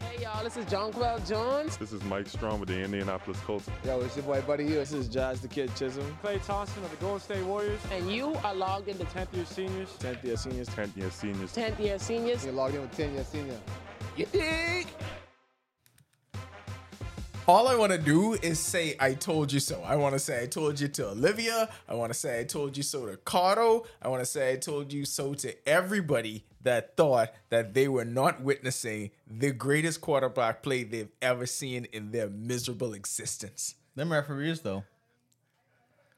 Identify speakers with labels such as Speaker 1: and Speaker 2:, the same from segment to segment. Speaker 1: Hey y'all, this is Jonquel Jones.
Speaker 2: This is Mike Strong with the Indianapolis Colts.
Speaker 3: Yo, it's your boy Buddy Hill. This is Josh the Kid Chisholm.
Speaker 4: Clay Thompson of the Golden State Warriors,
Speaker 1: And you are logged into
Speaker 4: 10th year seniors.
Speaker 3: 10th year seniors.
Speaker 2: 10th year seniors.
Speaker 1: 10th year seniors.
Speaker 3: You're logged in with 10 year senior.
Speaker 5: All I want to do is say, I told you so. I want to say, I told you to Olivia. I want to say, I told you so to Cardo. I want to say, I told you so to everybody that thought that they were not witnessing the greatest quarterback play they've ever seen in their miserable existence.
Speaker 6: Them referees, though.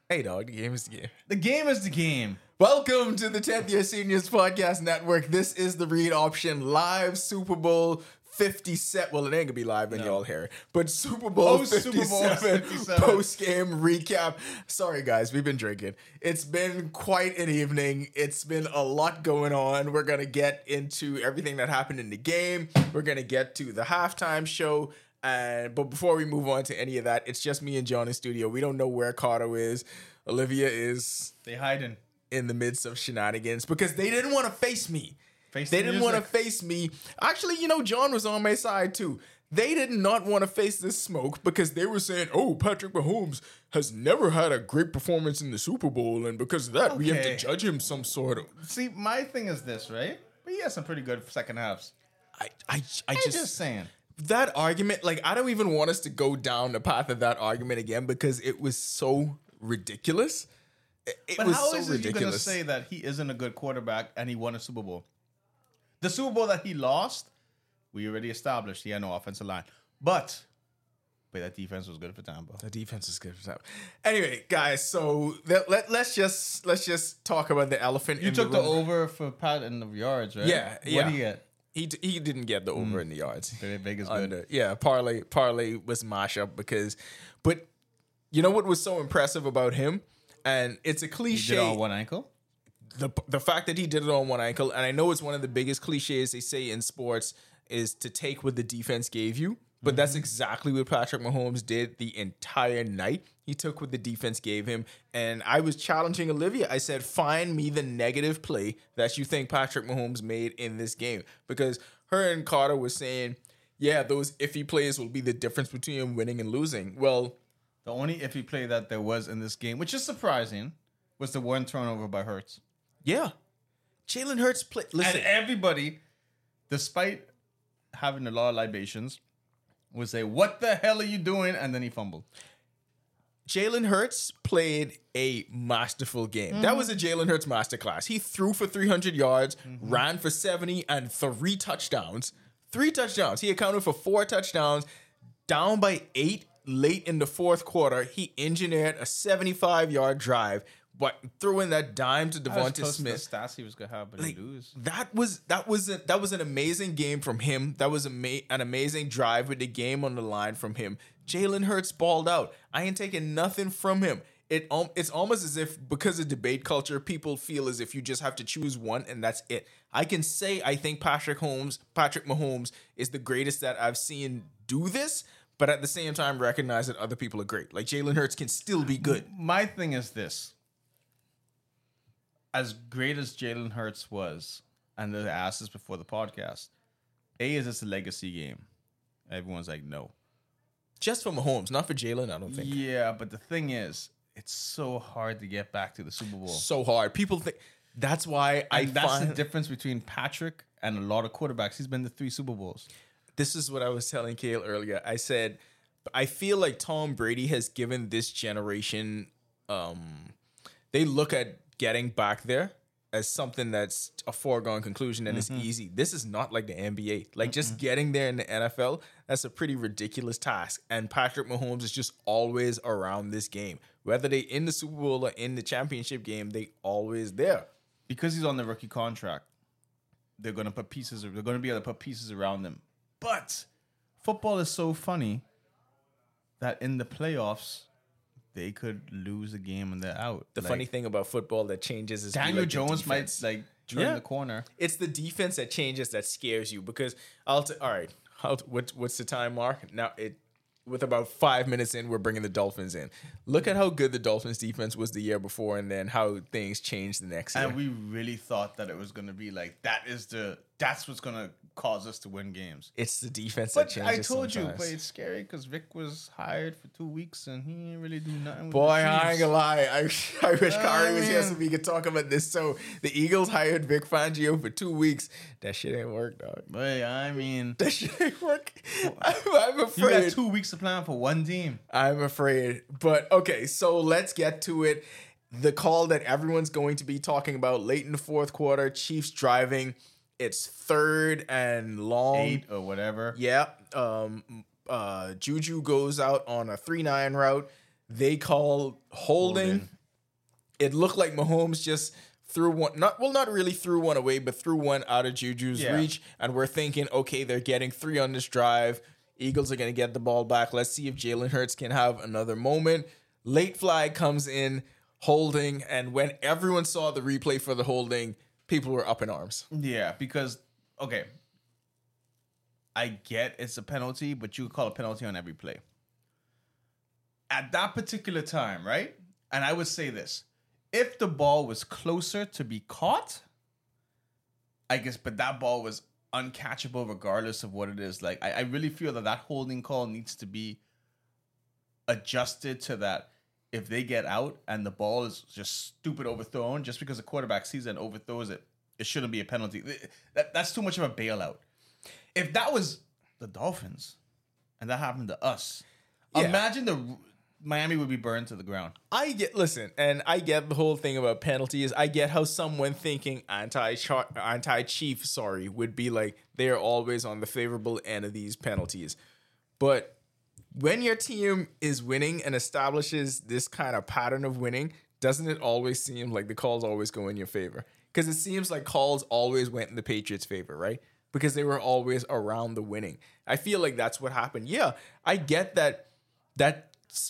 Speaker 5: Hey, dog, the game is the game.
Speaker 6: The game is the game.
Speaker 5: Welcome to the 10th Year Seniors Podcast Network. This is the read option live Super Bowl 57. Well, it ain't gonna be live when y'all hear it, but Super Bowl
Speaker 6: Oh,
Speaker 5: 57,
Speaker 6: Super Bowl 57.
Speaker 5: post game recap. Sorry, guys, we've been drinking. It's been quite an evening. It's been a lot going on. We're gonna get into everything that happened in the game, we're gonna get to the halftime show. And but before we move on to any of that, it's just me and John in studio. We don't know where Carter is. Olivia is
Speaker 6: They hiding.
Speaker 5: in the midst of shenanigans because they didn't want to face me.
Speaker 6: Face
Speaker 5: They
Speaker 6: the
Speaker 5: didn't want to
Speaker 6: music.
Speaker 5: face me. Actually, you know, John was on my side too. They did not want to face this smoke because they were saying, "Oh, Patrick Mahomes has never had a great performance in the Super Bowl, and because of that, we have to
Speaker 6: Okay.
Speaker 5: judge him some sort of."
Speaker 6: See, my thing is this, right? But he has some pretty good second halves.
Speaker 5: I, I, I
Speaker 6: I'm
Speaker 5: just,
Speaker 6: just, saying.
Speaker 5: that argument. Like, I don't even want us to go down the path of that argument again because it was so ridiculous. It, it
Speaker 6: But
Speaker 5: was
Speaker 6: how
Speaker 5: so
Speaker 6: is it you going to
Speaker 5: ridiculous.
Speaker 6: say that he isn't a good quarterback and he won a Super Bowl? The Super Bowl that he lost, we already established he had no offensive line. But, but that defense was good for Tampa.
Speaker 5: The defense is good for that. Anyway, guys, so th- let, let's just let's just talk about the elephant
Speaker 6: You
Speaker 5: in
Speaker 6: took
Speaker 5: the
Speaker 6: the
Speaker 5: room.
Speaker 6: over for Pat in the yards, right?
Speaker 5: Yeah,
Speaker 6: What
Speaker 5: yeah.
Speaker 6: do you get?
Speaker 5: he d- he didn't get the over in the yards.
Speaker 6: Very big Mm. is good.
Speaker 5: Under. Yeah, parlay parlay was mashup because but you know what was so impressive about him? And it's a
Speaker 6: He did it on
Speaker 5: cliche
Speaker 6: one ankle.
Speaker 5: the the fact that he did it on one ankle and I know it's one of the biggest clichés they say in sports is to take what the defense gave you. But that's exactly what Patrick Mahomes did the entire night. He took what the defense gave him. And I was challenging Olivia. I said, find me the negative play that you think Patrick Mahomes made in this game. Because her and Carter were saying, yeah, those iffy plays will be the difference between winning and losing. Well,
Speaker 6: The only iffy play that there was in this game, which is surprising, was the one turnover by Hurts.
Speaker 5: yeah. Jalen Hurts play.
Speaker 6: And
Speaker 5: Listen,
Speaker 6: everybody, despite having a lot of libations, would say, What the hell are you doing? And then he fumbled.
Speaker 5: Jalen Hurts played a masterful game. That was a Jalen Hurts masterclass. He threw for 300 yards, ran for 70, and three touchdowns. Three touchdowns. He accounted for four touchdowns. Down by eight late in the fourth quarter, he engineered a 75 yard drive, but threw in that dime to Devonta Smith
Speaker 6: stats he was gonna have, but
Speaker 5: like,
Speaker 6: he lose.
Speaker 5: that was that was a, that was an amazing game from him. That was ama- an amazing drive with the game on the line from him. Jalen Hurts balled out. I ain't taking nothing from him. It um, it's almost as if because of debate culture, people feel as if you just have to choose one and that's it. I can say I think Patrick Holmes, Patrick Mahomes is the greatest that I've seen do this, but at the same time recognize that other people are great. Like Jalen Hurts can still be good.
Speaker 6: My thing is this. As great as Jalen Hurts was, and I asked this before the podcast, A, is this a legacy game? Everyone's like, no.
Speaker 5: Just for Mahomes, not for Jalen, I don't think.
Speaker 6: Yeah, but the thing is, it's so hard to get back to the Super Bowl.
Speaker 5: so hard. People think that's why I
Speaker 6: and that's
Speaker 5: find
Speaker 6: the difference between Patrick and a lot of quarterbacks. He's been to three Super Bowls.
Speaker 5: this is what I was telling Kale earlier. I said I feel like Tom Brady has given this generation um they look at getting back there as something that's a foregone conclusion and
Speaker 6: Mm-hmm.
Speaker 5: it's easy. This is not like the NBA. Like just getting there in the NFL, that's a pretty ridiculous task. And Patrick Mahomes is just always around this game. Whether they in the Super Bowl or in the championship game, they always there.
Speaker 6: Because he's on the rookie contract, they're gonna put pieces they're gonna be able to put pieces around him. But football is so funny that in the playoffs, they could lose a game and they're out.
Speaker 5: The
Speaker 6: Like,
Speaker 5: funny thing about football that changes is
Speaker 6: Daniel
Speaker 5: like, the
Speaker 6: Jones might
Speaker 5: defense.
Speaker 6: like turn
Speaker 5: Yeah.
Speaker 6: the corner.
Speaker 5: It's the defense that changes that scares you because I'll t- all right. I'll t- what, what's the time mark now? It with about five minutes in, we're bringing the Dolphins in. Look at how good the Dolphins defense was the year before, and then how things changed the next year.
Speaker 6: And we really thought that it was gonna be like that is the that's what's gonna cause us to win games.
Speaker 5: It's the defense that
Speaker 6: But I
Speaker 5: changes.
Speaker 6: told you,
Speaker 5: sometimes.
Speaker 6: but it's scary because Vic was hired for two weeks and he didn't really do nothing. With
Speaker 5: Boy,
Speaker 6: the
Speaker 5: I ain't
Speaker 6: Chiefs.
Speaker 5: gonna lie. I, I wish Kari was here so
Speaker 6: Oh, man.
Speaker 5: we could talk about this. So the Eagles hired Vic Fangio for two weeks. That shit ain't work, dog.
Speaker 6: Boy, I mean,
Speaker 5: That shit ain't work. I'm, I'm
Speaker 6: you got
Speaker 5: afraid.
Speaker 6: two weeks to plan for one team.
Speaker 5: I'm afraid. But okay, so let's get to it. The call that everyone's going to be talking about late in the fourth quarter. Chiefs driving. It's third and long.
Speaker 6: Eight or whatever.
Speaker 5: Yeah. Um, uh, Juju goes out on a 3 9 route. They call holding.
Speaker 6: Holding.
Speaker 5: It looked like Mahomes just threw one, not well, not really threw one away, but threw one out of Juju's
Speaker 6: Yeah.
Speaker 5: reach. And we're thinking, okay, they're getting three on this drive. Eagles are going to get the ball back. Let's see if Jalen Hurts can have another moment. Late flag comes in, holding. And when everyone saw the replay for the holding, people were up in arms.
Speaker 6: Yeah, because okay, I get it's a penalty, but you call a penalty on every play. At that particular time, right? And I would say this: if the ball was closer to be caught, I guess, but that ball was uncatchable regardless of what it is. Like, I, I really feel that that holding call needs to be adjusted to that. If they get out and the ball is just stupid overthrown, just because the quarterback sees it and overthrows it, it shouldn't be a penalty. That, that's too much of a bailout. If that was the Dolphins and that happened to us,
Speaker 5: Yeah.
Speaker 6: imagine the Miami would be burned to the ground.
Speaker 5: I get listen, and I get the whole thing about penalties. I get how someone thinking anti anti chief, sorry, would be like they are always on the favorable end of these penalties. But when your team is winning and establishes this kind of pattern of winning, doesn't it always seem like the calls always go in your favor? Because it seems like calls always went in the Patriots' favor, right? Because they were always around the winning. I feel like that's what happened. Yeah, I get that that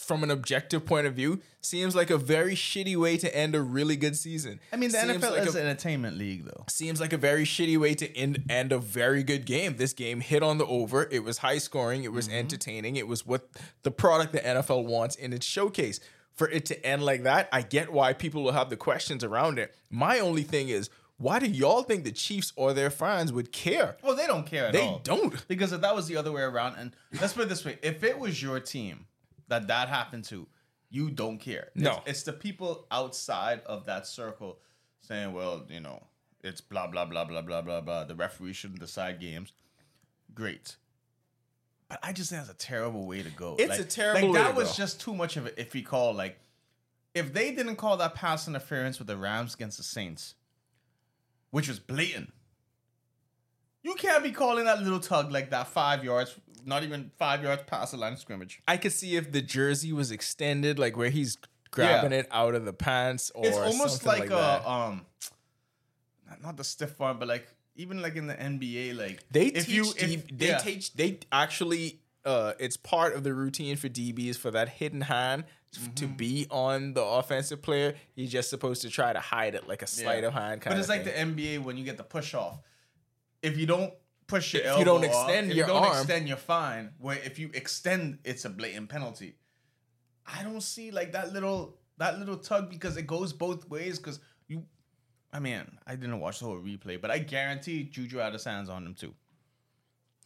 Speaker 5: from an objective point of view seems like a very shitty way to end a really good season.
Speaker 6: I mean, the
Speaker 5: seems
Speaker 6: NFL
Speaker 5: like
Speaker 6: is
Speaker 5: a,
Speaker 6: an entertainment league, though.
Speaker 5: seems like a very shitty way to end end a very good game. This game hit on the over. It was high scoring. It was
Speaker 6: Mm-hmm.
Speaker 5: entertaining. It was what the product the NFL wants in its showcase. For it to end like that, I get why people will have the questions around it. My only thing is, why do y'all think the Chiefs or their fans would care?
Speaker 6: Oh, they don't care at
Speaker 5: They
Speaker 6: all.
Speaker 5: don't.
Speaker 6: Because if that was the other way around, and let's put it this way: if it was your team that that happened to, you don't care.
Speaker 5: No.
Speaker 6: it's, it's the people outside of that circle saying, "Well, you know, it's blah blah blah blah blah blah blah." The referee shouldn't decide games. Great, but I just think that's a terrible way to go.
Speaker 5: It's a terrible
Speaker 6: Like
Speaker 5: way
Speaker 6: that
Speaker 5: to
Speaker 6: was
Speaker 5: go.
Speaker 6: just too much of an iffy call. Like if they didn't call that pass interference with the Rams against the Saints, which was blatant. You can't be calling that little tug like that five yards, not even five yards past the line of scrimmage.
Speaker 5: I could see if the jersey was extended, like where he's grabbing it out of the pants, or
Speaker 6: it's almost
Speaker 5: something
Speaker 6: like,
Speaker 5: that.
Speaker 6: a um, not- not the stiff arm, but like even like in the NBA, like
Speaker 5: They
Speaker 6: if
Speaker 5: teach
Speaker 6: you
Speaker 5: D-
Speaker 6: if-
Speaker 5: they
Speaker 6: yeah.
Speaker 5: teach they actually uh it's part of the routine for DBs for that hidden hand f-
Speaker 6: Mm-hmm.
Speaker 5: to be on the offensive player. You're just supposed to try to hide it like a
Speaker 6: Yeah.
Speaker 5: sleight of hand kind
Speaker 6: But
Speaker 5: of
Speaker 6: it's like the NBA when you get the push off. If you don't push your
Speaker 5: If
Speaker 6: elbow
Speaker 5: you don't
Speaker 6: up,
Speaker 5: extend
Speaker 6: if
Speaker 5: your
Speaker 6: you don't
Speaker 5: arm-
Speaker 6: extend, you're fine. Where if you extend, it's a blatant penalty. I don't see like that little that little tug because it goes both ways. Because you, I mean, I didn't watch the whole replay, but I guarantee Juju had his hands on him too.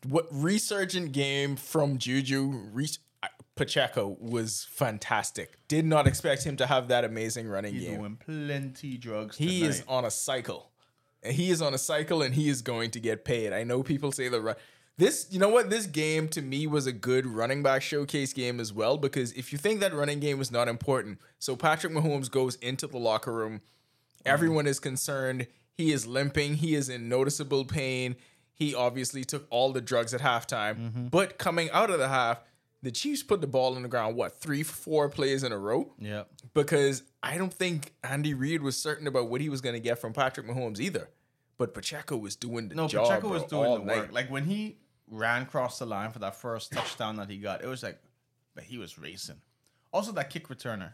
Speaker 5: what resurgent game from Juju re- I- Pacheco was fantastic. Did not expect him to have that amazing running
Speaker 6: He's
Speaker 5: game.
Speaker 6: doing plenty drugs.
Speaker 5: He
Speaker 6: tonight.
Speaker 5: is on a cycle. And He is on a cycle and he is going to get paid. I know people say the run. This, you know what? This game to me was a good running back showcase game as well because if you think that running game is not important, so Patrick Mahomes goes into the locker room. Everyone is concerned. He is limping. He is in noticeable pain. He obviously took all the drugs at halftime. But coming out of the half, the Chiefs put the ball on the ground, what, three, four plays in a row?
Speaker 6: Yeah.
Speaker 5: because I don't think Andy Reid was certain about what he was going to get from Patrick Mahomes either. But Pacheco was doing the
Speaker 6: No,
Speaker 5: job.
Speaker 6: Pacheco was
Speaker 5: bro,
Speaker 6: doing
Speaker 5: all
Speaker 6: the
Speaker 5: night.
Speaker 6: work. Like when he ran across the line for that first touchdown that he got, it was like, but he was racing. Also, that kick returner,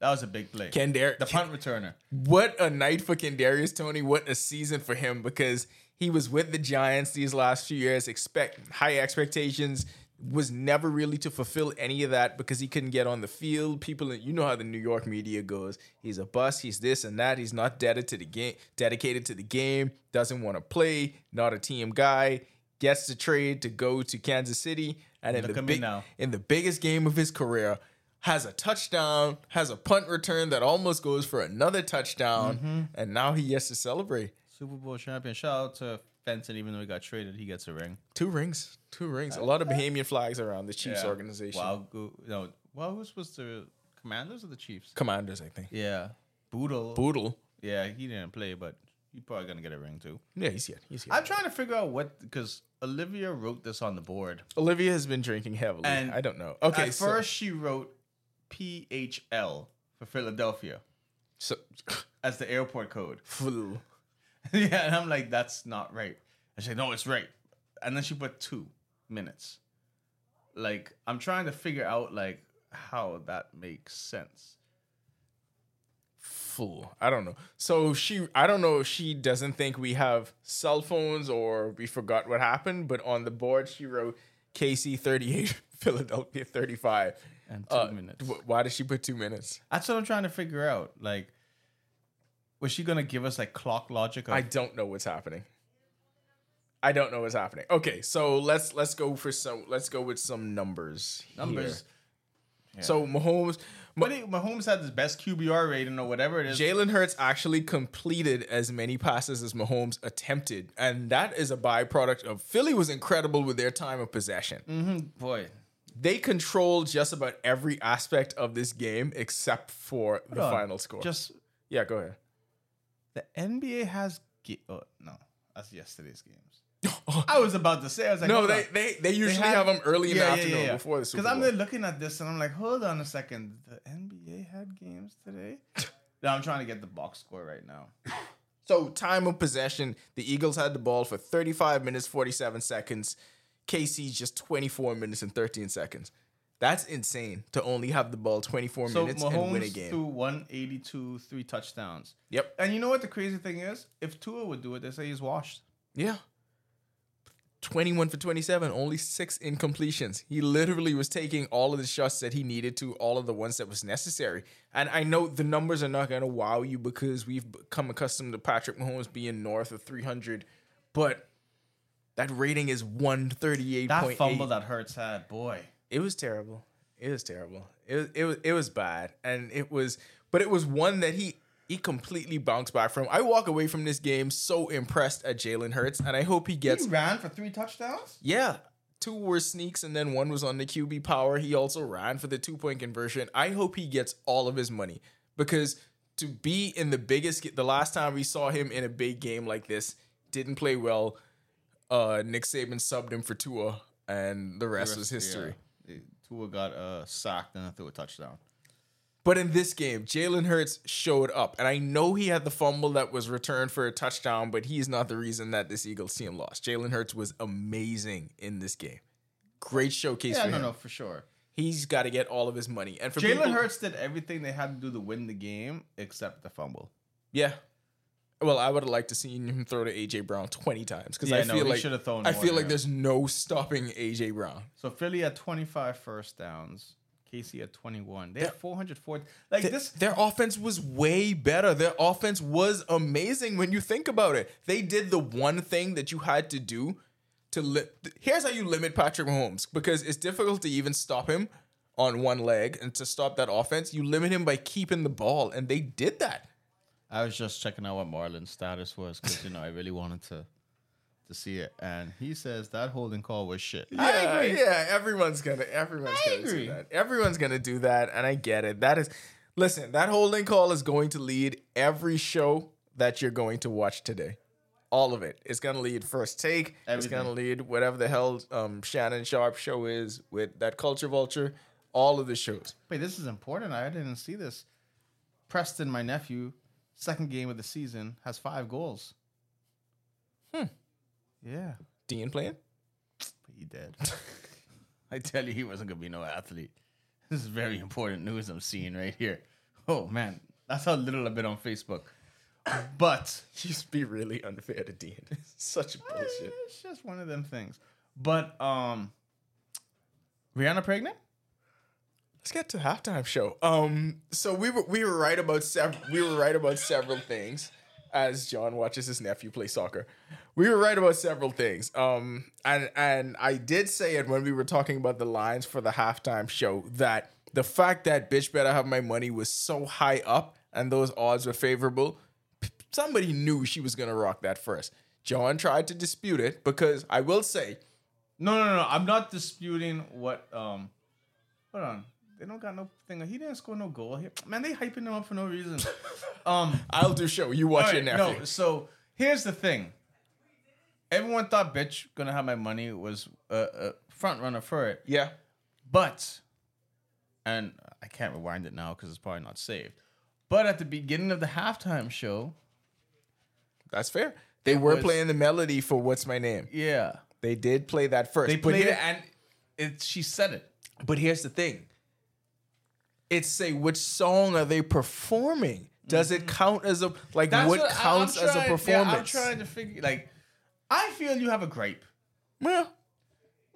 Speaker 6: that was a big play.
Speaker 5: Kendar-
Speaker 6: the punt returner.
Speaker 5: what a night for Kendarius Tony. What a season for him because he was with the Giants these last few years. Expect high expectations. was never really to fulfill any of that because he couldn't get on the field. People, you know how the New York media goes. He's a bust. He's this and that. He's not dedicated to the game. Dedicated to the game. Doesn't want to play. Not a team guy. Gets the trade to go to Kansas City, and in
Speaker 6: Look
Speaker 5: the
Speaker 6: at me
Speaker 5: big,
Speaker 6: now.
Speaker 5: in the biggest game of his career, has a touchdown, has a punt return that almost goes for another touchdown,
Speaker 6: Mm-hmm.
Speaker 5: and now he gets to celebrate.
Speaker 6: Super Bowl champion. Shout out to Fenton, even though he got traded, he gets a ring.
Speaker 5: Two rings, two rings. A lot of Bahamian flags around the Chiefs
Speaker 6: Yeah.
Speaker 5: organization.
Speaker 6: Wow, go, no, well, who's supposed to Commanders or the Chiefs?
Speaker 5: Commanders, I think.
Speaker 6: Yeah, Boodle.
Speaker 5: Boodle.
Speaker 6: yeah, he didn't play, but he probably gonna get a ring too.
Speaker 5: Yeah, he's here. He's here.
Speaker 6: I'm trying to figure out what because Olivia wrote this on the board.
Speaker 5: Olivia has been drinking heavily.
Speaker 6: And
Speaker 5: I don't know. Okay,
Speaker 6: At
Speaker 5: so,
Speaker 6: first, she wrote PHL for Philadelphia
Speaker 5: so
Speaker 6: as the airport code.
Speaker 5: full.
Speaker 6: yeah, and I'm like, that's not right. I said, no, it's right. And then she put two minutes. Like, I'm trying to figure out like how that makes sense.
Speaker 5: Fool. I don't know. So she, I don't know if she doesn't think we have cell phones or we forgot what happened, but on the board she wrote KC 38, Philadelphia 35.
Speaker 6: And two
Speaker 5: Uh,
Speaker 6: minutes.
Speaker 5: w- why did she put two minutes?
Speaker 6: That's what I'm trying to figure out. Like, was she gonna give us like clock logic? Of,
Speaker 5: I don't know what's happening. I don't know what's happening. Okay, so let's let's go for some let's go with some numbers. here.
Speaker 6: Numbers.
Speaker 5: So Mahomes,
Speaker 6: But he, Mahomes had his best QBR rating or whatever it is.
Speaker 5: Jalen Hurts actually completed as many passes as Mahomes attempted, and that is a byproduct of Philly was incredible with their time of possession.
Speaker 6: Mm-hmm, Boy,
Speaker 5: They controlled just about every aspect of this game except for the
Speaker 6: Hold on.
Speaker 5: final score.
Speaker 6: just
Speaker 5: yeah, go ahead.
Speaker 6: the NBA has. Ge- oh, no, that's yesterday's games. I was about to say, I was like,
Speaker 5: Oh. No,
Speaker 6: hold
Speaker 5: they
Speaker 6: on.
Speaker 5: they, they usually have them early in the afternoon before the Super
Speaker 6: Because I'm
Speaker 5: Bowl.
Speaker 6: there looking at this and I'm like, hold on a second. The NBA had games today. no, I'm trying to get the box score right now.
Speaker 5: So time of possession, the Eagles had the ball for 35 minutes 47 seconds. KC just 24 minutes and 13 seconds. That's insane to only have the ball 24
Speaker 6: So
Speaker 5: minutes and win a
Speaker 6: Mahomes
Speaker 5: game.
Speaker 6: threw 182, three touchdowns.
Speaker 5: Yep.
Speaker 6: And you know what the crazy thing is? If Tua would do it, they say he's washed.
Speaker 5: Yeah. 21 for 27, only six incompletions. He literally was taking all of the shots that he needed to, all of the ones that was necessary. And I know the numbers are not going to wow you because we've become accustomed to Patrick Mahomes being north of 300, but that rating is 138.8.
Speaker 6: That fumble that hurts had, boy.
Speaker 5: it was terrible. It was terrible. It was it was it was bad, and it was, but it was one that he he completely bounced back from. I walk away from this game so impressed at Jalen Hurts, and I hope he gets.
Speaker 6: He ran for three touchdowns?
Speaker 5: Yeah, two were sneaks, and then one was on the QB power. He also ran for the two point conversion. I hope he gets all of his money because to be in the biggest, ga- the last time we saw him in a big game like this, didn't play well. Uh, Nick Saban subbed him for Tua, and the rest, was history.
Speaker 6: Yeah. Tua got uh, sacked and then threw a touchdown.
Speaker 5: But in this game, Jalen Hurts showed up. And I know he had the fumble that was returned for a touchdown, but he's not the reason that this Eagles team lost. Jalen Hurts was amazing in this game. Great showcase
Speaker 6: Yeah,
Speaker 5: for
Speaker 6: no,
Speaker 5: him.
Speaker 6: no, for sure.
Speaker 5: He's got to get all of his money. And for
Speaker 6: Jalen
Speaker 5: people-
Speaker 6: Hurts did everything they had to do to win the game except the fumble.
Speaker 5: yeah. Well, I would have liked to see him throw to AJ Brown twenty times because
Speaker 6: Yeah,
Speaker 5: I
Speaker 6: no,
Speaker 5: feel
Speaker 6: he
Speaker 5: like
Speaker 6: should've thrown
Speaker 5: I
Speaker 6: more,
Speaker 5: feel like
Speaker 6: yeah.
Speaker 5: there's no stopping AJ Brown.
Speaker 6: So Philly had 25 first downs. KC had 21. They had 404. Like
Speaker 5: Th-
Speaker 6: this,
Speaker 5: their offense was way better. Their offense was amazing when you think about it. They did the one thing that you had to do to li- th- here's how you limit Patrick Mahomes because it's difficult to even stop him on one leg and to stop that offense, you limit him by keeping the ball and they did that.
Speaker 6: I was just checking out what Marlon's status was because you know I really wanted to to see it, and he says that holding call was shit. I agree.
Speaker 5: Yeah, everyone's gonna everyone's
Speaker 6: I
Speaker 5: gonna
Speaker 6: agree.
Speaker 5: do that. Everyone's gonna do that, and I get it. That is listen, that holding call is going to lead every show that you're going to watch today. All of it. It's gonna lead first take. It's
Speaker 6: Everything.
Speaker 5: gonna lead whatever the hell um, Shannon Sharp show is with that culture vulture. All of the shows.
Speaker 6: Wait, this is important. I didn't see this. Preston, my nephew, second game of the season, has five goals. Hmm. Yeah,
Speaker 5: Dean playing?
Speaker 6: but he dead. I tell you, he wasn't gonna be no athlete. This is very important news I'm seeing right here. Oh man, that's how little I've been on Facebook. But
Speaker 5: Just be really unfair to Dean. Such bullshit.
Speaker 6: It's just one of them things. But um Rihanna pregnant?
Speaker 5: Let's get to the halftime show. Um, so we were we were right about several we were right about several things as John watches his nephew play soccer. We were right about several things. Um, and and I did say it when we were talking about the lines for the halftime show that the fact that bitch better have my money was so high up and those odds were favorable. p- Somebody knew she was gonna rock that first. John tried to dispute it because I will say
Speaker 6: No, no, no. I'm not disputing what. Um, hold on. They don't got no thing. He didn't score no goal here. Man, they hyping him up for no reason. um,
Speaker 5: I'll do show. You watch your
Speaker 6: alright,
Speaker 5: nephew.
Speaker 6: no. So here's the thing. Everyone thought bitch gonna have my money was a, a front runner for it,
Speaker 5: Yeah.
Speaker 6: but and I can't rewind it now because it's probably not saved. But at the beginning of the halftime show,
Speaker 5: That's fair. They were
Speaker 6: was-
Speaker 5: playing the melody for "What's My Name."
Speaker 6: yeah,
Speaker 5: They did play that first.
Speaker 6: they
Speaker 5: but
Speaker 6: played
Speaker 5: here-
Speaker 6: it and it. She said it.
Speaker 5: But here's the thing. It's say which song are they performing? Does it count as a like
Speaker 6: Mm-hmm. That's
Speaker 5: what,
Speaker 6: what I- I'm
Speaker 5: counts as a
Speaker 6: trying- Yeah, I'm
Speaker 5: performance?
Speaker 6: trying to figure like I feel you have a gripe.
Speaker 5: well,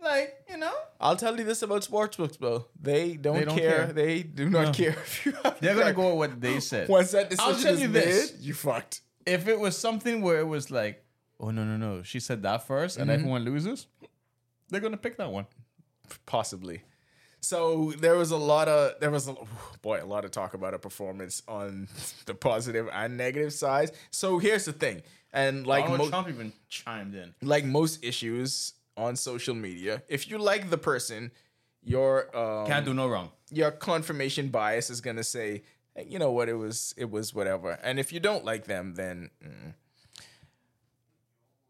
Speaker 6: Like, you know?
Speaker 5: I'll tell you this about sportsbooks, bro. They don't,
Speaker 6: They don't
Speaker 5: care.
Speaker 6: care.
Speaker 5: They do not care if you. Have
Speaker 6: They're gonna
Speaker 5: like,
Speaker 6: go with what they said.
Speaker 5: once that decision
Speaker 6: I'll tell
Speaker 5: is
Speaker 6: you this.
Speaker 5: made, you fucked.
Speaker 6: If it was something where it was like, oh no, no, no, she said that 1st and
Speaker 5: Mm-hmm.
Speaker 6: everyone loses, they're gonna pick that one.
Speaker 5: possibly. So there was a lot of there was a boy a lot of talk about a performance on the positive and negative sides. So here's the thing, and like
Speaker 6: Donald
Speaker 5: mo-
Speaker 6: Trump even chimed in.
Speaker 5: like most issues on social media, if you like the person, your um,
Speaker 6: Can't do no wrong.
Speaker 5: your confirmation bias is gonna say, "Hey, you know what, it was it was whatever. And if you don't like them, then mm.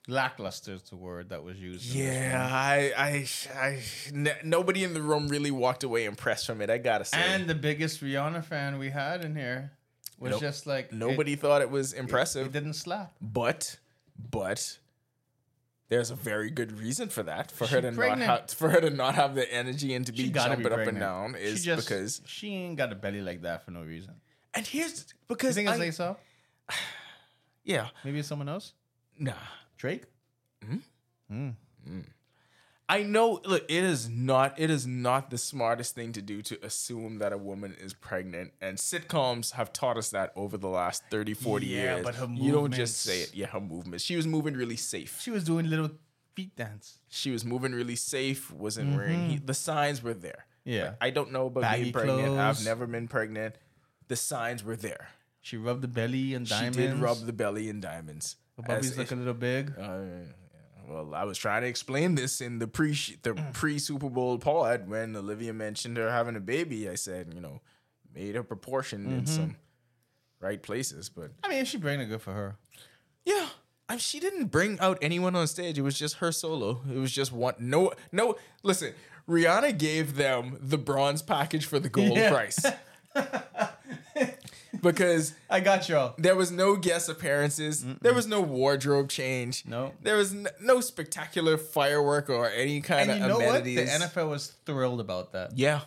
Speaker 6: Lackluster is the word that was used. in this.
Speaker 5: yeah, I I, I n- nobody in the room really walked away impressed from it. I gotta say,
Speaker 6: And the biggest Rihanna fan we had in here was
Speaker 5: Nope.
Speaker 6: just like it-
Speaker 5: nobody thought it was
Speaker 6: It,
Speaker 5: impressive.
Speaker 6: didn't slap.
Speaker 5: But, but there's a very good reason for that. For her
Speaker 6: She
Speaker 5: to
Speaker 6: pregnant.
Speaker 5: not have, for her to not have the energy and to be
Speaker 6: She gotta
Speaker 5: jumping
Speaker 6: be
Speaker 5: up and
Speaker 6: pregnant.
Speaker 5: down is
Speaker 6: she just,
Speaker 5: because
Speaker 6: she ain't got a belly like that for no reason.
Speaker 5: and here's
Speaker 6: You
Speaker 5: because
Speaker 6: think it's
Speaker 5: I-
Speaker 6: like so?
Speaker 5: yeah
Speaker 6: Maybe it's someone else.
Speaker 5: nah
Speaker 6: Drake.
Speaker 5: I know look it is not it is not the smartest thing to do to assume that a woman is pregnant and sitcoms have taught us that over the last 30 40
Speaker 6: Yeah,
Speaker 5: years
Speaker 6: but her
Speaker 5: you don't just
Speaker 6: movements-
Speaker 5: say it yeah her movement she was moving really safe
Speaker 6: She was doing little feet dance.
Speaker 5: she was moving really safe, wasn't
Speaker 6: Mm-hmm.
Speaker 5: wearing he- the signs were there.
Speaker 6: Yeah.
Speaker 5: Like, I don't know about
Speaker 6: Baggy
Speaker 5: being pregnant. I've
Speaker 6: clothes.
Speaker 5: never been pregnant. The signs were there.
Speaker 6: She rubbed the belly and diamonds.
Speaker 5: She did rub the belly in diamonds.
Speaker 6: Her
Speaker 5: As
Speaker 6: bubby's
Speaker 5: if-
Speaker 6: look a little big.
Speaker 5: uh, well, I was trying to explain this in the pre the pre Super Bowl pod when Olivia mentioned her having a baby. I said, you know, made her proportion in some right places, but
Speaker 6: I mean, if she pregnant, good for her.
Speaker 5: Yeah. And she didn't bring out anyone on stage. It was just her solo. It was just one. No, no. Listen, Rihanna gave them the bronze package for the gold
Speaker 6: Yeah.
Speaker 5: price because
Speaker 6: I got y'all.
Speaker 5: there was no guest appearances. There was no wardrobe change.
Speaker 6: No.
Speaker 5: There was n- no spectacular firework or any kind
Speaker 6: And you
Speaker 5: of
Speaker 6: know
Speaker 5: amenities.
Speaker 6: what? The NFL was thrilled about that.
Speaker 5: Yeah.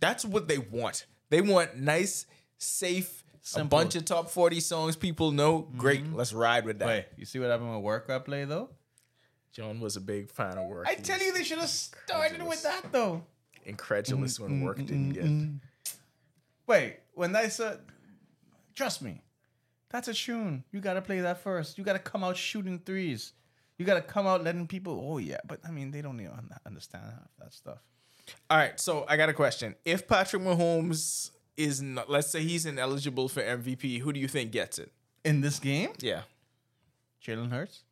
Speaker 5: That's what they want. They want nice, safe, a
Speaker 6: Simple.
Speaker 5: bunch of top 40 songs people know. Great. Let's ride with that.
Speaker 6: Wait, you see what happened with work rap play though?
Speaker 5: John was a big fan of work.
Speaker 6: I tell you, they should have started with that though.
Speaker 5: incredulous when work didn't get.
Speaker 6: Wait, when they said, trust me, that's a tune. You gotta play that first. You gotta come out shooting threes. You gotta come out letting people. Oh yeah, but I mean, they don't even un- understand half that stuff.
Speaker 5: All right, so I got a question. If Patrick Mahomes is not, let's say he's ineligible for MVP, who do you think gets it?
Speaker 6: In this game,
Speaker 5: Yeah.
Speaker 6: Jalen Hurts.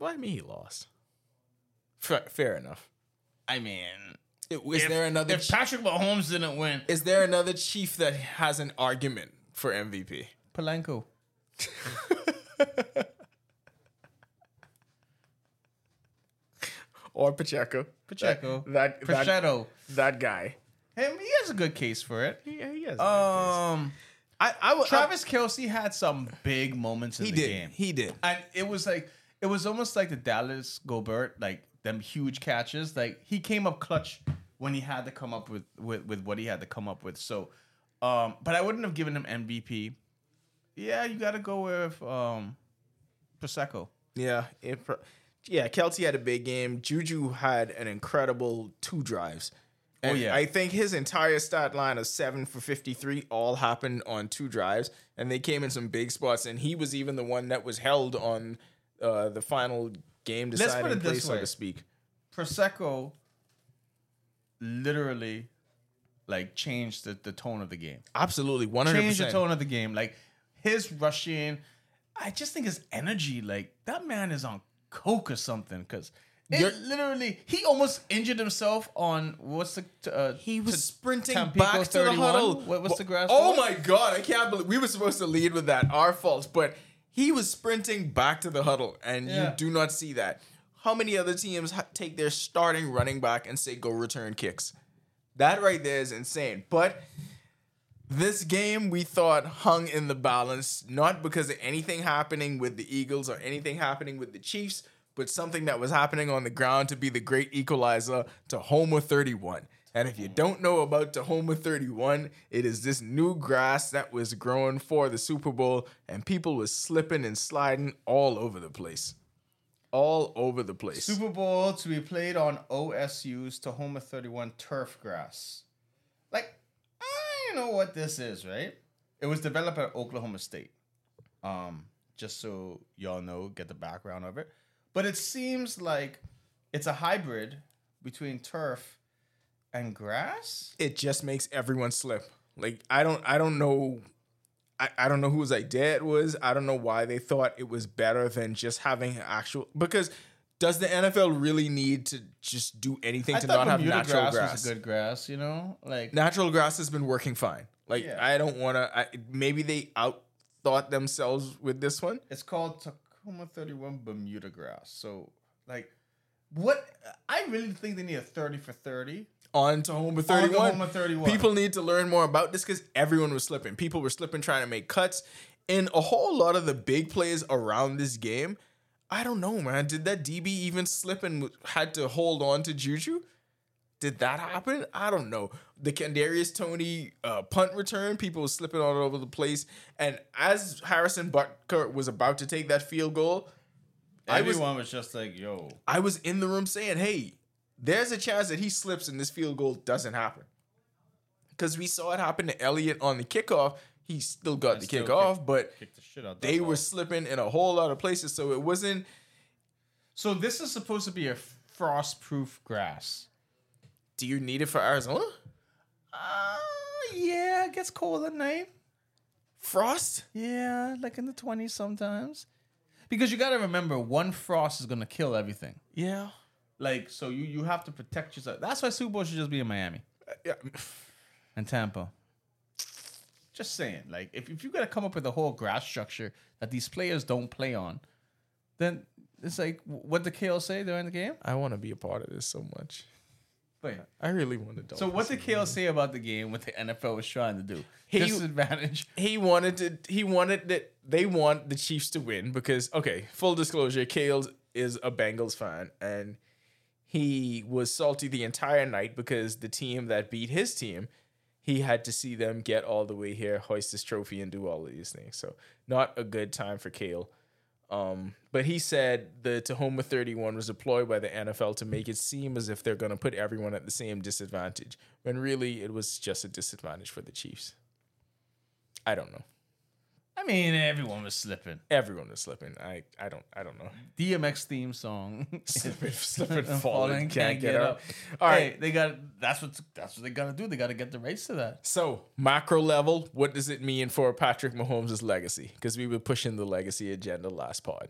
Speaker 5: Well, I mean, he lost. Fair, fair enough.
Speaker 6: I mean,
Speaker 5: It- Is there another?
Speaker 6: if
Speaker 5: ch-
Speaker 6: Patrick Mahomes didn't win,
Speaker 5: is there another chief that has an argument for MVP?
Speaker 6: Polanco.
Speaker 5: Or Pacheco?
Speaker 6: Pacheco.
Speaker 5: That that, that,
Speaker 6: Pachetto.
Speaker 5: that guy.
Speaker 6: Him, he has a good case for it.
Speaker 5: Yeah, he has.
Speaker 6: Um,
Speaker 5: I, I would.
Speaker 6: Travis Kelsey had some big moments in
Speaker 5: uh, he
Speaker 6: the
Speaker 5: did.
Speaker 6: game.
Speaker 5: He did.
Speaker 6: and it was like it was almost like the Dallas Gobert, like them huge catches. Like he came up clutch when he had to come up with with, with what he had to come up with. So, um, but I wouldn't have given him MVP. Yeah, you got to go with um, Prosecco.
Speaker 5: Yeah, it pro- yeah, Kelsey had a big game. Juju had an incredible two drives. And
Speaker 6: Oh, yeah.
Speaker 5: I think his entire stat line of seven for 53 all happened on two drives, and they came in some big spots. And he was even the one that was held on uh, the final game
Speaker 6: put
Speaker 5: deciding
Speaker 6: it
Speaker 5: play,
Speaker 6: this
Speaker 5: so
Speaker 6: way.
Speaker 5: to speak.
Speaker 6: Prosecco literally like changed the, the tone of the game.
Speaker 5: Absolutely, 100%.
Speaker 6: Changed the tone of the game. Like his rushing, I just think his energy, like that man is on coke or something. Because
Speaker 5: You're-
Speaker 6: literally, he almost injured himself on what's the uh,
Speaker 5: He was
Speaker 6: to
Speaker 5: sprinting
Speaker 6: Tampico
Speaker 5: back to the
Speaker 6: 31?
Speaker 5: huddle.
Speaker 6: What, what's the grass?
Speaker 5: Oh
Speaker 6: called?
Speaker 5: my god, I can't believe we were supposed to lead with that. Our fault, but he was sprinting back to the huddle, and
Speaker 6: Yeah.
Speaker 5: you do not see that. How many other teams ha- take their starting running back and say go return kicks? That right there is insane. But this game we thought hung in the balance, not because of anything happening with the Eagles or anything happening with the Chiefs, but something that was happening on the ground to be the great equalizer to Homer 31. And if you don't know about Tahoma 31, it is this new grass that was growing for the Super Bowl, and people was slipping and sliding all over the place. All over the place.
Speaker 6: Super Bowl to be played on OSU's Tahoma 31 turf grass. Like, I know what this is, right? It was developed at Oklahoma State. Um, just so y'all know, get the background of it. But it seems like it's a hybrid between turf and grass.
Speaker 5: it just makes everyone slip. Like I don't I don't know I, I don't know whose idea it was. I don't know why they thought it was better than just having an actual because does the NFL really need to just do anything
Speaker 6: I
Speaker 5: to not
Speaker 6: thought
Speaker 5: have
Speaker 6: Bermuda
Speaker 5: natural grass?
Speaker 6: was a good grass, you know? Like
Speaker 5: Natural grass has been working fine. Like
Speaker 6: Yeah.
Speaker 5: I don't want to. Maybe they outthought themselves with this one.
Speaker 6: It's called Tacoma 31 Bermuda grass. So, like, what? I really think they need a 30 for 30.
Speaker 5: on to Homer
Speaker 6: On to
Speaker 5: 31.
Speaker 6: Homer 31.
Speaker 5: People need to learn more about this because everyone was slipping. People were slipping trying to make cuts. And a whole lot of the big plays around this game, I don't know, man. Did that DB even slip and w- had to hold on to Juju? Did that happen? I don't know. The Kendarius Tony uh, punt return, people were slipping all over the place. And as Harrison Butker was about to take that field goal, I was
Speaker 6: Everyone was, just like, yo.
Speaker 5: I was in the room saying, hey, there's a chance that he slips and this field goal doesn't happen. Because we saw it happen to Elliott on the kickoff. He still got the
Speaker 6: still
Speaker 5: kick
Speaker 6: kicked-
Speaker 5: off, but
Speaker 6: Kick the shit out. that
Speaker 5: they
Speaker 6: ball.
Speaker 5: were slipping in a whole lot of places. So it wasn't,
Speaker 6: So, this is supposed to be a frost proof grass.
Speaker 5: do you need it for Arizona?
Speaker 6: Uh, yeah, it gets cold at night.
Speaker 5: Frost?
Speaker 6: Yeah, like in the 20s sometimes. Because you got to remember, one frost is going to kill everything.
Speaker 5: Yeah.
Speaker 6: Like, so you, you have to protect yourself. That's why Super Bowl should just be in Miami.
Speaker 5: yeah.
Speaker 6: and Tampa. Just saying, like if, if you gotta come up with a whole grass structure that these players don't play on, then it's like w- what the KL say during the game.
Speaker 5: I want to be a part of this so much.
Speaker 6: Wait,
Speaker 5: I really want to.
Speaker 6: so what did KL say about the game? What the NFL was trying to do?
Speaker 5: He-
Speaker 6: Disadvantage.
Speaker 5: he wanted to he wanted that they want the Chiefs to win because okay, full disclosure, Kale is a Bengals fan and he was salty the entire night because the team that beat his team, he had to see them get all the way here, hoist this trophy and do all of these things. So not a good time for Kale. Um, but he said the Tahoma 31 was deployed by the NFL to make it seem as if they're going to put everyone at the same disadvantage, when really it was just a disadvantage for the Chiefs. I don't know
Speaker 6: I mean, everyone was slipping.
Speaker 5: everyone is slipping. I, I don't I don't know.
Speaker 6: Mm-hmm. DMX theme song.
Speaker 5: Slipping, slipping, falling, can't, get, up.
Speaker 6: All
Speaker 5: All
Speaker 6: right,
Speaker 5: right.
Speaker 6: they got. That's what. That's what they gotta do. They gotta get the race to that.
Speaker 5: So macro level, what does it mean for Patrick Mahomes' legacy? Because we were pushing the legacy agenda last pod.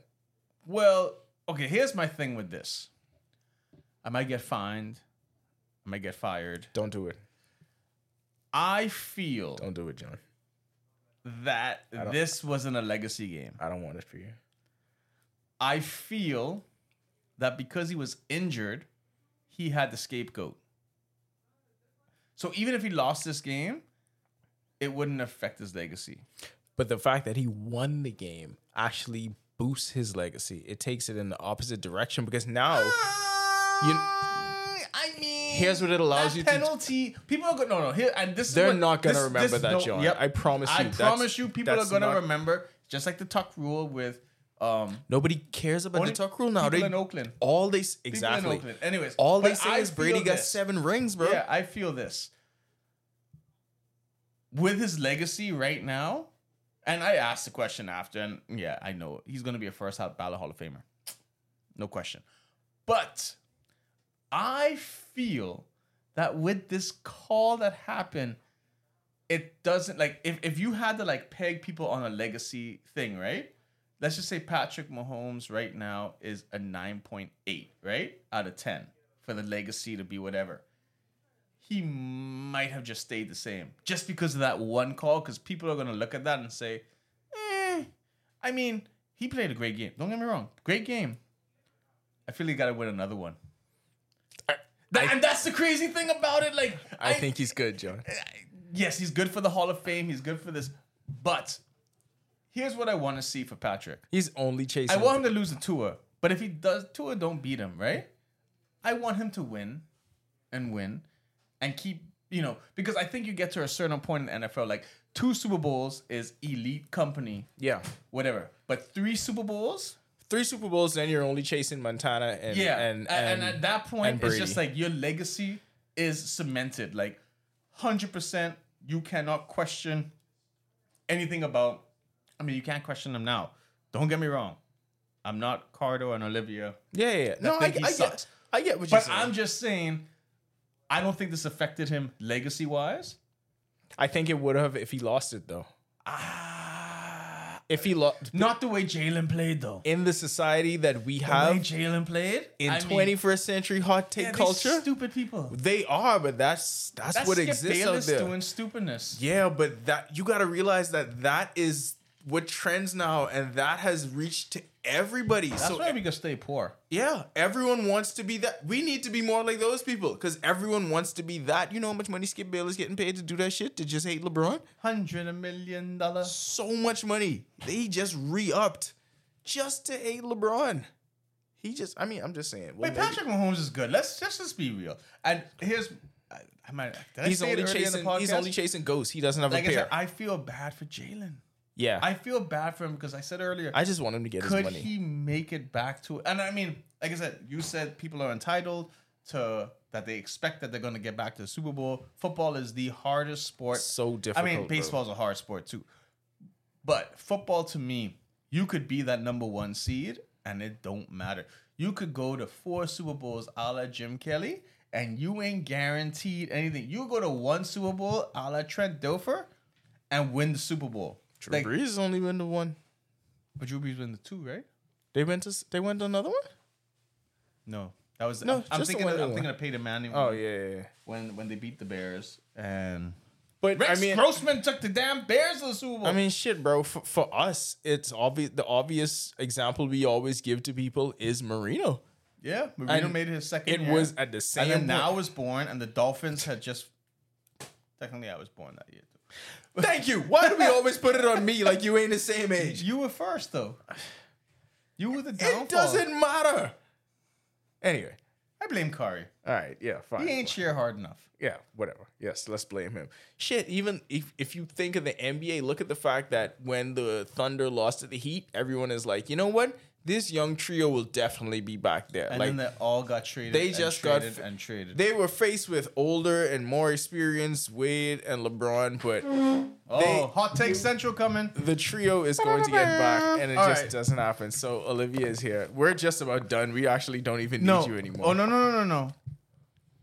Speaker 6: Well, okay, here's my thing with this. I might get fined. I might get fired.
Speaker 5: Don't do it.
Speaker 6: I feel
Speaker 5: Don't do it, John.
Speaker 6: that this wasn't a legacy game.
Speaker 5: I don't want it for you.
Speaker 6: I feel that because he was injured, he had the scapegoat. So even if he lost this game, it wouldn't affect his legacy.
Speaker 5: But the fact that he won the game actually boosts his legacy. It takes it in the opposite direction because now
Speaker 6: Ah!
Speaker 5: you
Speaker 6: Mm, I mean,
Speaker 5: Here's what it allows
Speaker 6: that
Speaker 5: you to-
Speaker 6: penalty, to. People are gonna no no here and this. is
Speaker 5: They're
Speaker 6: what-
Speaker 5: not gonna
Speaker 6: this-
Speaker 5: remember
Speaker 6: this-
Speaker 5: that,
Speaker 6: no,
Speaker 5: John. I promise
Speaker 6: I
Speaker 5: you, that's-
Speaker 6: promise you, people are
Speaker 5: that's
Speaker 6: gonna
Speaker 5: not-
Speaker 6: remember just like the Tuck rule with Um,
Speaker 5: Nobody cares about
Speaker 6: Only
Speaker 5: the tuck rule now.
Speaker 6: people
Speaker 5: They,
Speaker 6: in Oakland.
Speaker 5: All they s-
Speaker 6: in
Speaker 5: exactly.
Speaker 6: Oakland. Anyways,
Speaker 5: all they
Speaker 6: but
Speaker 5: say
Speaker 6: I
Speaker 5: is Brady
Speaker 6: feel
Speaker 5: got
Speaker 6: this.
Speaker 5: seven rings, bro.
Speaker 6: Yeah, I feel this. With his legacy right now, and I asked the question after, and yeah, I know he's going to be a first out ballot Hall of Famer. No question. But I feel that with this call that happened, it doesn't like if, if you had to like peg people on a legacy thing, right? Let's just say Patrick Mahomes right now is a 9.8, right? Out of 10 for the legacy to be whatever he might have just stayed the same just because of that one call. Because people are going to look at that and say, eh. I mean, he played a great game. Don't get me wrong. Great game. I feel he got to win another one. That- and that's the crazy thing about it. Like,
Speaker 5: I think he's good, John.
Speaker 6: yes, he's good for the Hall of Fame. He's good for this. But here's what I want to see for Patrick.
Speaker 5: He's only
Speaker 6: I
Speaker 5: chasing.
Speaker 6: want him to lose the tour, but if he does, tour don't beat him, right? I want him to win and win and keep, you know, because I think you get to a certain point in the NFL, like two Super Bowls is elite company,
Speaker 5: yeah,
Speaker 6: whatever, but three Super Bowls,
Speaker 5: three Super Bowls, then you're only chasing Montana and
Speaker 6: yeah,
Speaker 5: and, and,
Speaker 6: and, at that point,
Speaker 5: and
Speaker 6: it's just
Speaker 5: Brady.
Speaker 6: like your legacy is cemented, like hundred percent. You cannot question anything about. I mean, you can't question them now. Don't get me wrong. I'm not Cardo and Olivia.
Speaker 5: yeah, yeah. yeah. No, I, I
Speaker 6: think he
Speaker 5: get,
Speaker 6: sucks.
Speaker 5: I get what you're
Speaker 6: But
Speaker 5: saying.
Speaker 6: I'm just saying, I don't think this affected him legacy wise.
Speaker 5: I think it would have if he lost it though.
Speaker 6: Ah,
Speaker 5: If he lost
Speaker 6: not the way Jalen played though.
Speaker 5: in the society that we
Speaker 6: The way
Speaker 5: have
Speaker 6: Jalen played
Speaker 5: in
Speaker 6: I mean,
Speaker 5: 21st century hot take
Speaker 6: yeah, these
Speaker 5: culture,
Speaker 6: stupid people.
Speaker 5: they are. But that's that's,
Speaker 6: That's
Speaker 5: what
Speaker 6: Skip
Speaker 5: exists out
Speaker 6: Bayless
Speaker 5: there.
Speaker 6: doing stupidness.
Speaker 5: Yeah, but that you got to realize that that is what trends now, and that has reached to everybody.
Speaker 6: That's
Speaker 5: so
Speaker 6: why we gotta stay poor.
Speaker 5: yeah, everyone wants to be that. We need to be more like those people because everyone wants to be that. You know how much money Skip Bayless getting paid to do that shit to just hate LeBron?
Speaker 6: Hundred million dollars.
Speaker 5: So much money. They just re-upped just to hate LeBron. He just. I mean, I'm just saying. Well,
Speaker 6: Wait,
Speaker 5: maybe-
Speaker 6: Patrick Mahomes is good. Let's just let's be real. And here's, I, I might. Did
Speaker 5: He's
Speaker 6: I say
Speaker 5: only
Speaker 6: it earlier in
Speaker 5: chasing.
Speaker 6: the podcast?
Speaker 5: He's only chasing ghosts. He doesn't have a
Speaker 6: Like I
Speaker 5: pair.
Speaker 6: said, I feel bad for Jalen.
Speaker 5: yeah,
Speaker 6: I feel bad for him because I said earlier.
Speaker 5: I just want him to get his
Speaker 6: could
Speaker 5: money.
Speaker 6: he make it back to and i mean like i said you said people are entitled to that they expect that they're going to get back to the super bowl football is the hardest sport
Speaker 5: So
Speaker 6: i
Speaker 5: difficult,
Speaker 6: mean
Speaker 5: bro.
Speaker 6: baseball's a hard sport too but football to me you could be that number one seed and it don't matter you could go to four super bowls a la jim kelly and you ain't guaranteed anything you go to one super bowl a la trent dilfer and win the super bowl
Speaker 5: Drew
Speaker 6: like,
Speaker 5: Brees has only win the one.
Speaker 6: but Drew Brees win the two, right?
Speaker 5: They went to s- they went to another one.
Speaker 6: No, that was
Speaker 5: No,
Speaker 6: I'm, I'm
Speaker 5: just the
Speaker 6: thinking.
Speaker 5: one
Speaker 6: Of,
Speaker 5: they
Speaker 6: I'm
Speaker 5: won.
Speaker 6: thinking of Peyton Manning.
Speaker 5: Oh
Speaker 6: when-
Speaker 5: yeah, yeah, yeah.
Speaker 6: when when they beat the Bears and
Speaker 5: But
Speaker 6: Rex
Speaker 5: I mean,
Speaker 6: Grossman took the damn Bears to the Super Bowl.
Speaker 5: I mean, shit, bro. For, for us, it's obvious. The obvious example we always give to people is Marino.
Speaker 6: yeah, Marino
Speaker 5: and
Speaker 6: made his second.
Speaker 5: It
Speaker 6: year.
Speaker 5: was at the
Speaker 6: and
Speaker 5: same.
Speaker 6: then now I
Speaker 5: now,
Speaker 6: was born, and the Dolphins had just. Technically, I was born that year. Too.
Speaker 5: thank you. Why do we always put it on me like you ain't the same age?
Speaker 6: You were first though. You were the downfall.
Speaker 5: It doesn't matter. Anyway,
Speaker 6: I blame Kari.
Speaker 5: all right, yeah, fine.
Speaker 6: He ain't cheer hard enough.
Speaker 5: yeah, whatever. Yes, let's blame him. Shit, even if, if you think of the NBA, look at the fact that when the Thunder lost to the Heat, everyone is like, you know what? This young trio will definitely be back there.
Speaker 6: And
Speaker 5: like
Speaker 6: then they all got traded.
Speaker 5: they
Speaker 6: and
Speaker 5: just got
Speaker 6: traded
Speaker 5: f-
Speaker 6: and traded.
Speaker 5: they were faced with older and more experienced Wade and LeBron, but
Speaker 6: oh,
Speaker 5: they-
Speaker 6: hot take central coming.
Speaker 5: the trio is going to get back, and it
Speaker 6: All
Speaker 5: just
Speaker 6: right.
Speaker 5: doesn't happen. So Olivia is here. We're just about done. We actually don't even
Speaker 6: No.
Speaker 5: need you anymore.
Speaker 6: Oh no no no no no.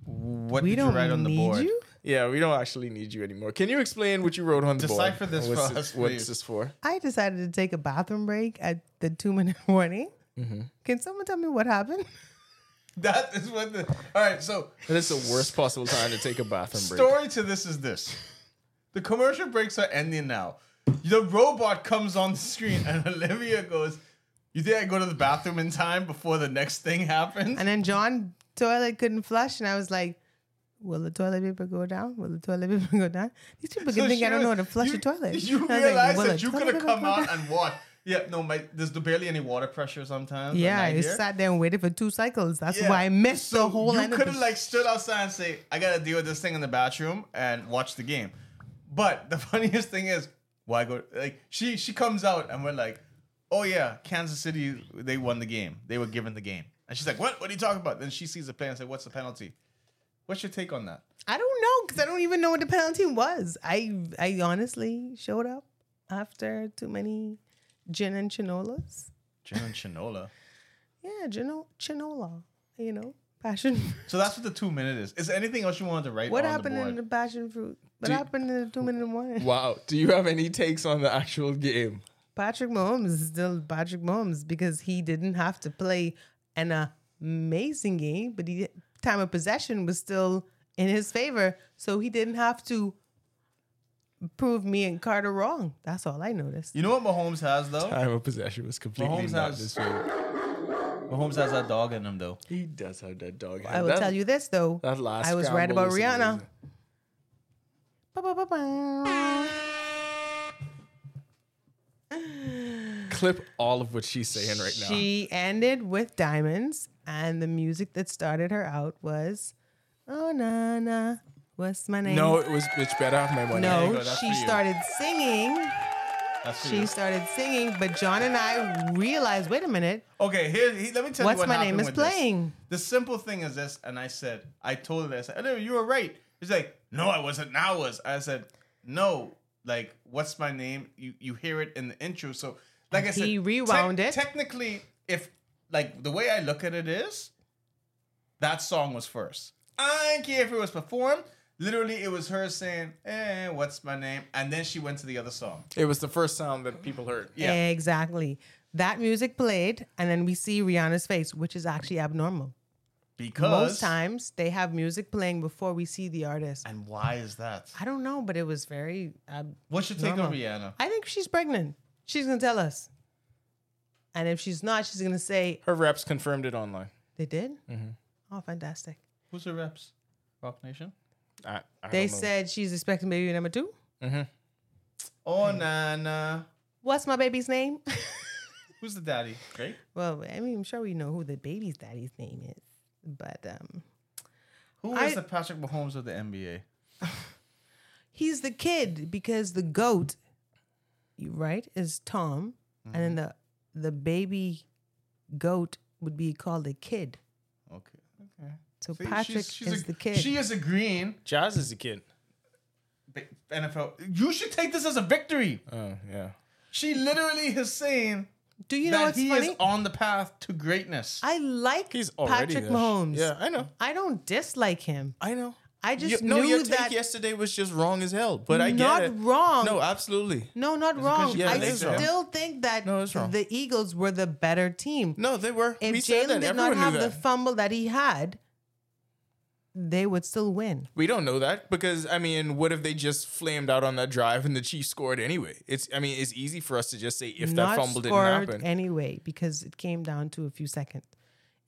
Speaker 6: What did you write on the board?
Speaker 5: Yeah, we don't actuactually need you anymore. Can you explain what you wrote on the
Speaker 6: Decipher
Speaker 5: board?
Speaker 6: this
Speaker 5: what's
Speaker 6: for
Speaker 5: this,
Speaker 6: us,
Speaker 5: What's
Speaker 6: please.
Speaker 5: this for?
Speaker 7: I decided to take a bathroom break at the two minute warning.
Speaker 6: Mm-hmm.
Speaker 7: Can someone tell me what happened?
Speaker 6: That is what the. All right, so
Speaker 5: That is the worst possible time to take a bathroom break.
Speaker 6: story to this is this: the commercial breaks are ending now. The robot comes on the screen, and Olivia goes, "You think I go to the bathroom in time before the next thing happens?"
Speaker 7: And then John toilet couldn't flush, and I was like, "Will the toilet paper go down? Will the toilet paper go down? These people can
Speaker 6: So
Speaker 7: think
Speaker 6: she
Speaker 7: I don't know how
Speaker 6: was-
Speaker 7: to flush
Speaker 6: you,
Speaker 7: a toilet."
Speaker 6: You
Speaker 7: And I was like,
Speaker 6: realize
Speaker 7: "Will
Speaker 6: that
Speaker 7: the
Speaker 6: you
Speaker 7: toilet
Speaker 6: could have
Speaker 7: paper
Speaker 6: come
Speaker 7: go
Speaker 6: out
Speaker 7: down?"
Speaker 6: and watched. Yeah, no, my there's barely any water pressure sometimes.
Speaker 7: Yeah,
Speaker 6: at night
Speaker 7: I
Speaker 6: here.
Speaker 7: sat there and waited for two cycles. That's
Speaker 6: Yeah.
Speaker 7: why I missed
Speaker 6: So
Speaker 7: the whole
Speaker 6: You
Speaker 7: end. of
Speaker 6: could have
Speaker 7: the-
Speaker 6: like stood outside and say, "I gotta deal with this thing in the bathroom and watch the game." But the funniest thing is, why go? Like she she comes out and we're like, oh yeah, Kansas City, they won the game. They were given the game. And she's like, what? What are you talking about? Then she sees the play and said, what's the penalty? What's your take on that?
Speaker 7: I don't know because I don't even know what the penalty was. I I honestly showed up after too many gin and chinolas.
Speaker 6: Jen and Chinola.
Speaker 7: Yeah, gino, chinola. You know, passion.
Speaker 6: So that's what the two minute is. Is there anything else you wanted to write
Speaker 7: what
Speaker 6: on
Speaker 7: happened
Speaker 6: the board?
Speaker 7: in the passion fruit? What
Speaker 5: Do you-
Speaker 7: happened in the two minute warning?
Speaker 5: Wow. Do you have any takes on the actual game?
Speaker 7: Patrick Mahomes is still Patrick Mahomes because he didn't have to play an amazing game, but he time of possession was still in his favor, so he didn't have to prove me and Carter wrong. That's all I noticed.
Speaker 6: you know what Mahomes has though?
Speaker 5: Time of possession was completely
Speaker 6: Mahomes
Speaker 5: not
Speaker 6: has-
Speaker 5: this way.
Speaker 6: Mahomes has that dog in him though.
Speaker 5: He does have that dog.
Speaker 7: I will
Speaker 5: That-
Speaker 7: tell you this though.
Speaker 5: That last
Speaker 7: I was right
Speaker 5: scramble
Speaker 7: about
Speaker 5: was
Speaker 7: Rihanna.
Speaker 5: amazing.
Speaker 7: Ba-ba-ba-ba.
Speaker 5: Clip all of what she's saying right now.
Speaker 7: She ended with diamonds, and the music that started her out was "Oh na na, what's my name?"
Speaker 5: no, it was bitch better have my money.
Speaker 6: you go,
Speaker 7: no,
Speaker 6: that's
Speaker 7: she
Speaker 6: for you.
Speaker 7: started singing.
Speaker 6: That's
Speaker 7: She
Speaker 6: you.
Speaker 7: started singing, but John and I realized, wait a minute,
Speaker 6: Okay, here, he- let me tell
Speaker 7: What's
Speaker 6: you what
Speaker 7: My
Speaker 6: happened
Speaker 7: Name is
Speaker 6: with this.
Speaker 7: playing.
Speaker 6: The simple thing is this, and I said, I told her this. I said, "Oh, you were right. He's like, no, I wasn't. Now I was. I said, no. Like, what's my name? You you hear it in the intro. So, like I said,
Speaker 7: He rewound
Speaker 6: tec-
Speaker 7: it.
Speaker 6: Technically, if like the way I look at it is, that song was first. I don't care if it was performed. Literally, it was her saying, "Eh, what's my name?" And then she went to the other song.
Speaker 5: It was the first sound that people heard.
Speaker 6: Yeah.
Speaker 7: exactly. That music played, and then we see Rihanna's face, which is actually abnormal.
Speaker 6: Because
Speaker 7: Most times they have music playing before we see the artist.
Speaker 6: And why is that?
Speaker 7: I don't know, but it was very. ab-
Speaker 6: What's your take on
Speaker 7: Normal.
Speaker 6: Rihanna?
Speaker 7: I think she's pregnant. She's gonna tell us. And if she's not, she's gonna say
Speaker 5: Her reps confirmed it online.
Speaker 7: they did.
Speaker 5: Mm-hmm.
Speaker 7: Oh, fantastic!
Speaker 6: Who's the reps? Rock Nation.
Speaker 5: I, I
Speaker 7: They
Speaker 5: don't know.
Speaker 7: said she's expecting baby number two.
Speaker 6: Oh nah nah.
Speaker 7: What's my baby's name?
Speaker 6: Who's the daddy? Right?
Speaker 7: well, I mean, I'm sure we know who the baby's daddy's name is, but um,
Speaker 6: Who is
Speaker 7: I-
Speaker 6: the Patrick Mahomes of the NBA?
Speaker 7: he's the kid because the goat, you- right, is Tom, and
Speaker 5: Mm-hmm.
Speaker 7: then the the baby goat would be called a kid.
Speaker 6: Okay. Okay.
Speaker 7: So
Speaker 6: See,
Speaker 7: Patrick is
Speaker 6: a-
Speaker 7: the kid.
Speaker 6: She is agreeing.
Speaker 5: Jazz is a kid.
Speaker 6: Ba- NFL. You should take this as a victory.
Speaker 5: Oh, yeah.
Speaker 6: She literally is saying
Speaker 7: Do you know
Speaker 6: that
Speaker 7: what's
Speaker 6: he
Speaker 7: funny?
Speaker 6: is on the path to greatness.
Speaker 7: I like
Speaker 5: He's already
Speaker 7: Patrick
Speaker 5: there.
Speaker 7: Mahomes.
Speaker 5: Yeah, I know.
Speaker 7: I don't dislike him.
Speaker 5: I know.
Speaker 7: I just
Speaker 5: You- no,
Speaker 7: knew
Speaker 5: your take
Speaker 7: that.
Speaker 5: yesterday was just wrong as hell, but I
Speaker 7: Not
Speaker 5: get it.
Speaker 7: wrong.
Speaker 5: No, absolutely.
Speaker 7: No, not wrong.
Speaker 6: you
Speaker 7: I
Speaker 5: relate to him.
Speaker 7: still think that
Speaker 5: No, it's wrong.
Speaker 7: the Eagles were the better team.
Speaker 5: No, they were.
Speaker 7: if
Speaker 5: we said
Speaker 7: Jalen
Speaker 5: that.
Speaker 7: did
Speaker 5: Everyone
Speaker 7: not have
Speaker 5: knew
Speaker 7: the
Speaker 5: that.
Speaker 7: fumble that he had, they would still win.
Speaker 5: we don't know that because I mean, what if they just flamed out on that drive and the Chiefs scored anyway? It's I mean, it's easy for us to just say if that
Speaker 7: not
Speaker 5: fumble didn't
Speaker 7: scored
Speaker 5: happen.
Speaker 7: anyway because it came down to a few seconds.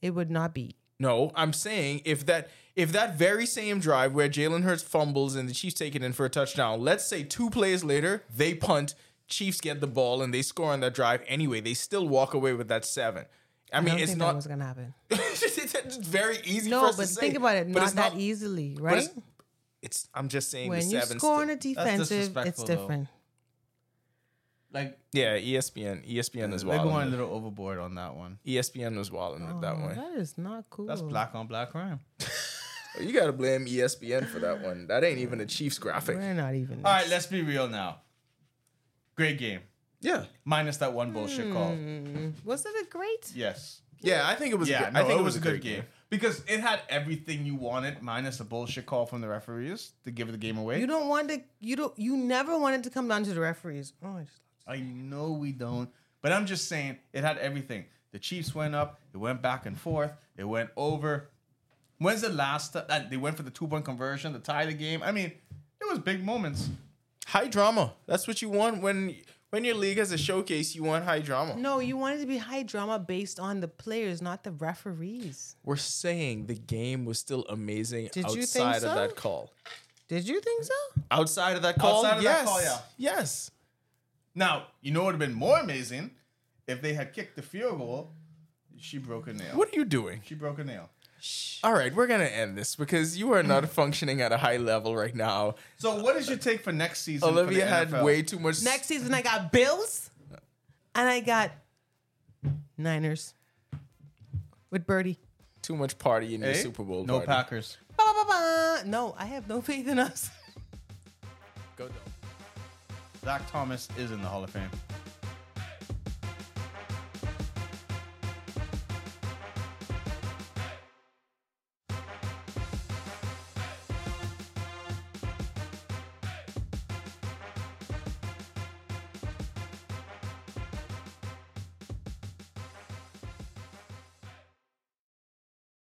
Speaker 7: It would not be.
Speaker 5: No, I'm saying if that if that very same drive where Jalen Hurts fumbles and the Chiefs take it in for a touchdown, let's say two plays later they punt, Chiefs get the ball and they score on that drive anyway, they still walk away with that seven. I
Speaker 7: I
Speaker 5: mean,
Speaker 7: don't
Speaker 5: it's
Speaker 7: think that
Speaker 5: not.
Speaker 7: was gonna happen.
Speaker 5: it's very easy. for
Speaker 7: No,
Speaker 5: us
Speaker 7: but
Speaker 5: to
Speaker 7: think
Speaker 5: say,
Speaker 7: about it.
Speaker 5: but
Speaker 7: Not
Speaker 5: it's
Speaker 7: that easily,
Speaker 5: but
Speaker 7: right?
Speaker 5: It's, it's- I'm just saying the
Speaker 7: When you
Speaker 5: seven.
Speaker 7: score on a
Speaker 5: still-
Speaker 7: defensive, it's
Speaker 6: disrespectful, though.
Speaker 7: different.
Speaker 6: like
Speaker 5: yeah, E ESPN, ESPN is E
Speaker 6: they're going a
Speaker 5: wild.
Speaker 6: little overboard on that one.
Speaker 5: ESPN was wilding with that
Speaker 7: Oh,
Speaker 5: one.
Speaker 7: That is not cool.
Speaker 6: That's black on black crime.
Speaker 5: You gotta blame E ESPN for that one. That ain't even a Chiefs graphic.
Speaker 7: We're not even.
Speaker 6: All right, let's be real now. Great game.
Speaker 5: Yeah,
Speaker 6: Minus that one bullshit call.
Speaker 7: Hmm. Was it a great?
Speaker 6: Yes.
Speaker 5: yeah. I think it was. a
Speaker 6: Yeah,
Speaker 5: good,
Speaker 6: no,
Speaker 5: I think
Speaker 6: it was a
Speaker 5: great
Speaker 6: good game. because it had everything you wanted, minus a bullshit call from the referees to give the game away.
Speaker 7: You don't want to. You don't. You never wanted to come down to the referees. Oh, I just,
Speaker 6: I know we don't, but I'm just saying it had everything. The Chiefs went up, it went back and forth, it went over. When's the last ti- uh, they went for the two point conversion to tie the game? I mean, it was big moments.
Speaker 5: High drama. That's what you want when when your league has a showcase. You want high drama.
Speaker 7: no, you wanted to be high drama based on the players, not the referees.
Speaker 5: We're saying the game was still amazing
Speaker 7: Did you think
Speaker 5: outside
Speaker 7: so?
Speaker 5: of that call.
Speaker 7: Did you think so?
Speaker 5: Outside of that call,
Speaker 6: Outside of
Speaker 5: yes,
Speaker 6: that call, yeah.
Speaker 5: yes.
Speaker 6: Oh, Now, you know what would have been more amazing if they had kicked the field goal. She broke a nail.
Speaker 5: What are you doing?
Speaker 6: She broke a nail.
Speaker 7: Uh,
Speaker 5: All right, we're gonna end this because you are not functioning at a high level right now.
Speaker 6: So, what is your take for next season? for the
Speaker 5: Olivia had
Speaker 6: NFL?
Speaker 5: way too much.
Speaker 7: Next season, I got Bills, and I got Niners with Birdie.
Speaker 5: Too much party in your
Speaker 6: Eh?
Speaker 5: Super Bowl.
Speaker 6: No
Speaker 5: party.
Speaker 6: Packers.
Speaker 7: Ba, ba, ba, ba. No, I have no faith in us.
Speaker 5: Go, Dolphins.
Speaker 6: Zach Thomas is in the Hall of Fame.